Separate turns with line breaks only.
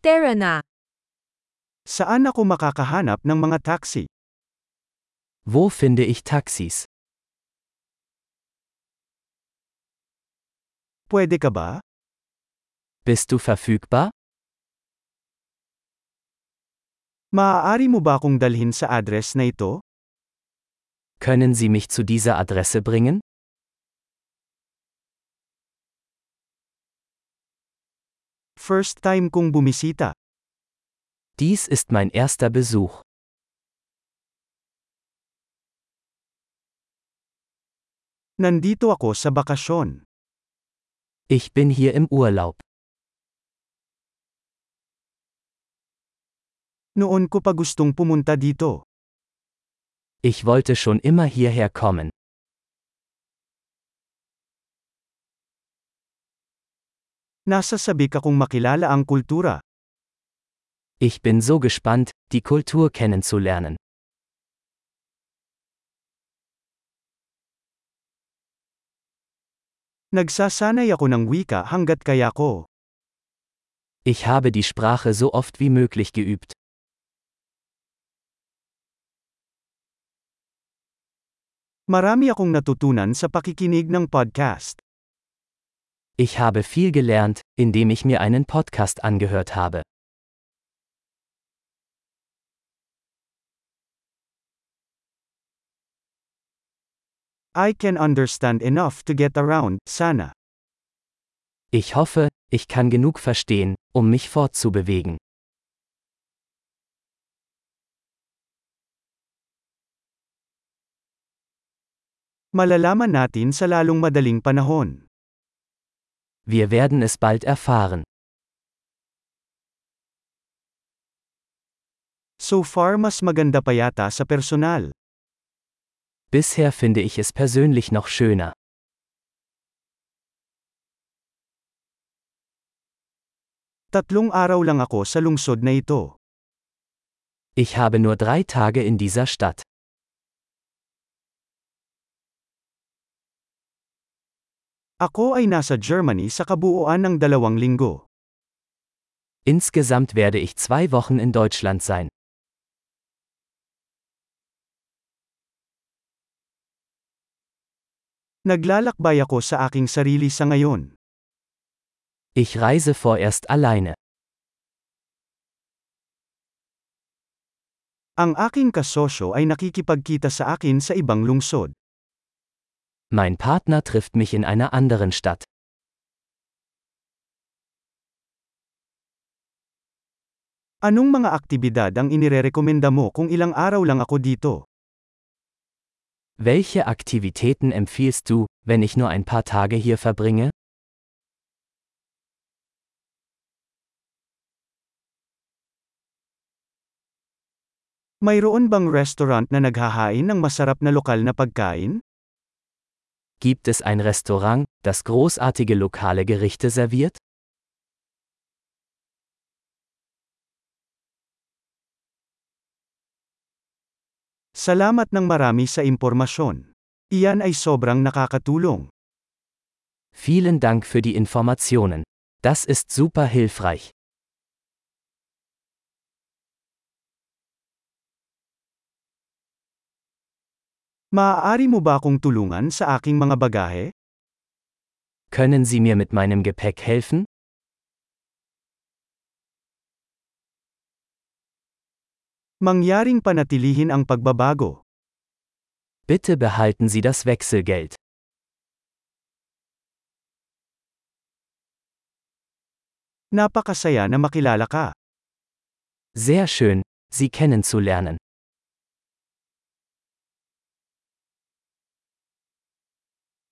Tara na.
Saan ako makakahanap ng mga taxi?
Wo finde ich Taxis?
Pwede ka ba?
Bist du verfügbar?
Maaari mo ba akong dalhin sa address na ito?
Können Sie mich zu dieser Adresse bringen?
First time kong bumisita.
Dies ist mein erster Besuch.
Nandito ako sa bakasyon.
Ich bin hier im Urlaub.
Noon ko pa gustong pumunta dito.
Ich wollte schon immer hierher kommen.
Nasasabik akong makilala ang kultura.
Ich bin so gespannt, die Kultur kennenzulernen.
Nagsasanay ako ng wika hanggat kaya ko.
Ich habe die Sprache so oft wie möglich geübt.
Marami akong natutunan sa pakikinig ng podcast.
Ich habe viel gelernt, indem ich mir einen Podcast angehört habe.
I can understand enough to get around, sana.
Ich hoffe, ich kann genug verstehen, um mich fortzubewegen.
Malalaman natin sa lalong madaling panahon.
Wir werden es bald erfahren.
So far mas maganda pa yata sa personal.
Bisher finde ich es persönlich noch schöner.
Tatlong araw lang ako sa lungsod na ito.
Ich habe nur drei Tage in dieser Stadt.
Ako ay nasa Germany sa kabuuan ng dalawang linggo.
Insgesamt werde ich zwei Wochen in Deutschland sein.
Naglalakbay ako sa aking sarili sa ngayon.
Ich reise vorerst alleine.
Ang aking kasosyo ay nakikipagkita sa akin sa ibang lungsod.
Mein Partner trifft mich in einer anderen Stadt.
Anong mga aktibidad ang inirerekomenda mo kung ilang araw lang ako dito?
Welche Aktivitäten empfiehlst du, wenn ich nur ein paar Tage hier verbringe?
Mayroon bang restaurant na naghahain ng masarap na lokal na pagkain?
Gibt es ein Restaurant, das großartige lokale Gerichte serviert?
Salamat ng marami sa impormasyon. Iyan ay sobrang nakakatulong.
Vielen Dank für die Informationen. Das ist super hilfreich.
Maaari mo ba akong tulungan sa aking mga bagahe?
Können Sie mir mit meinem Gepäck helfen?
Mangyaring panatilihin ang pagbabago.
Bitte behalten Sie das Wechselgeld.
Napakasaya na makilala ka.
Sehr schön, Sie kennenzulernen.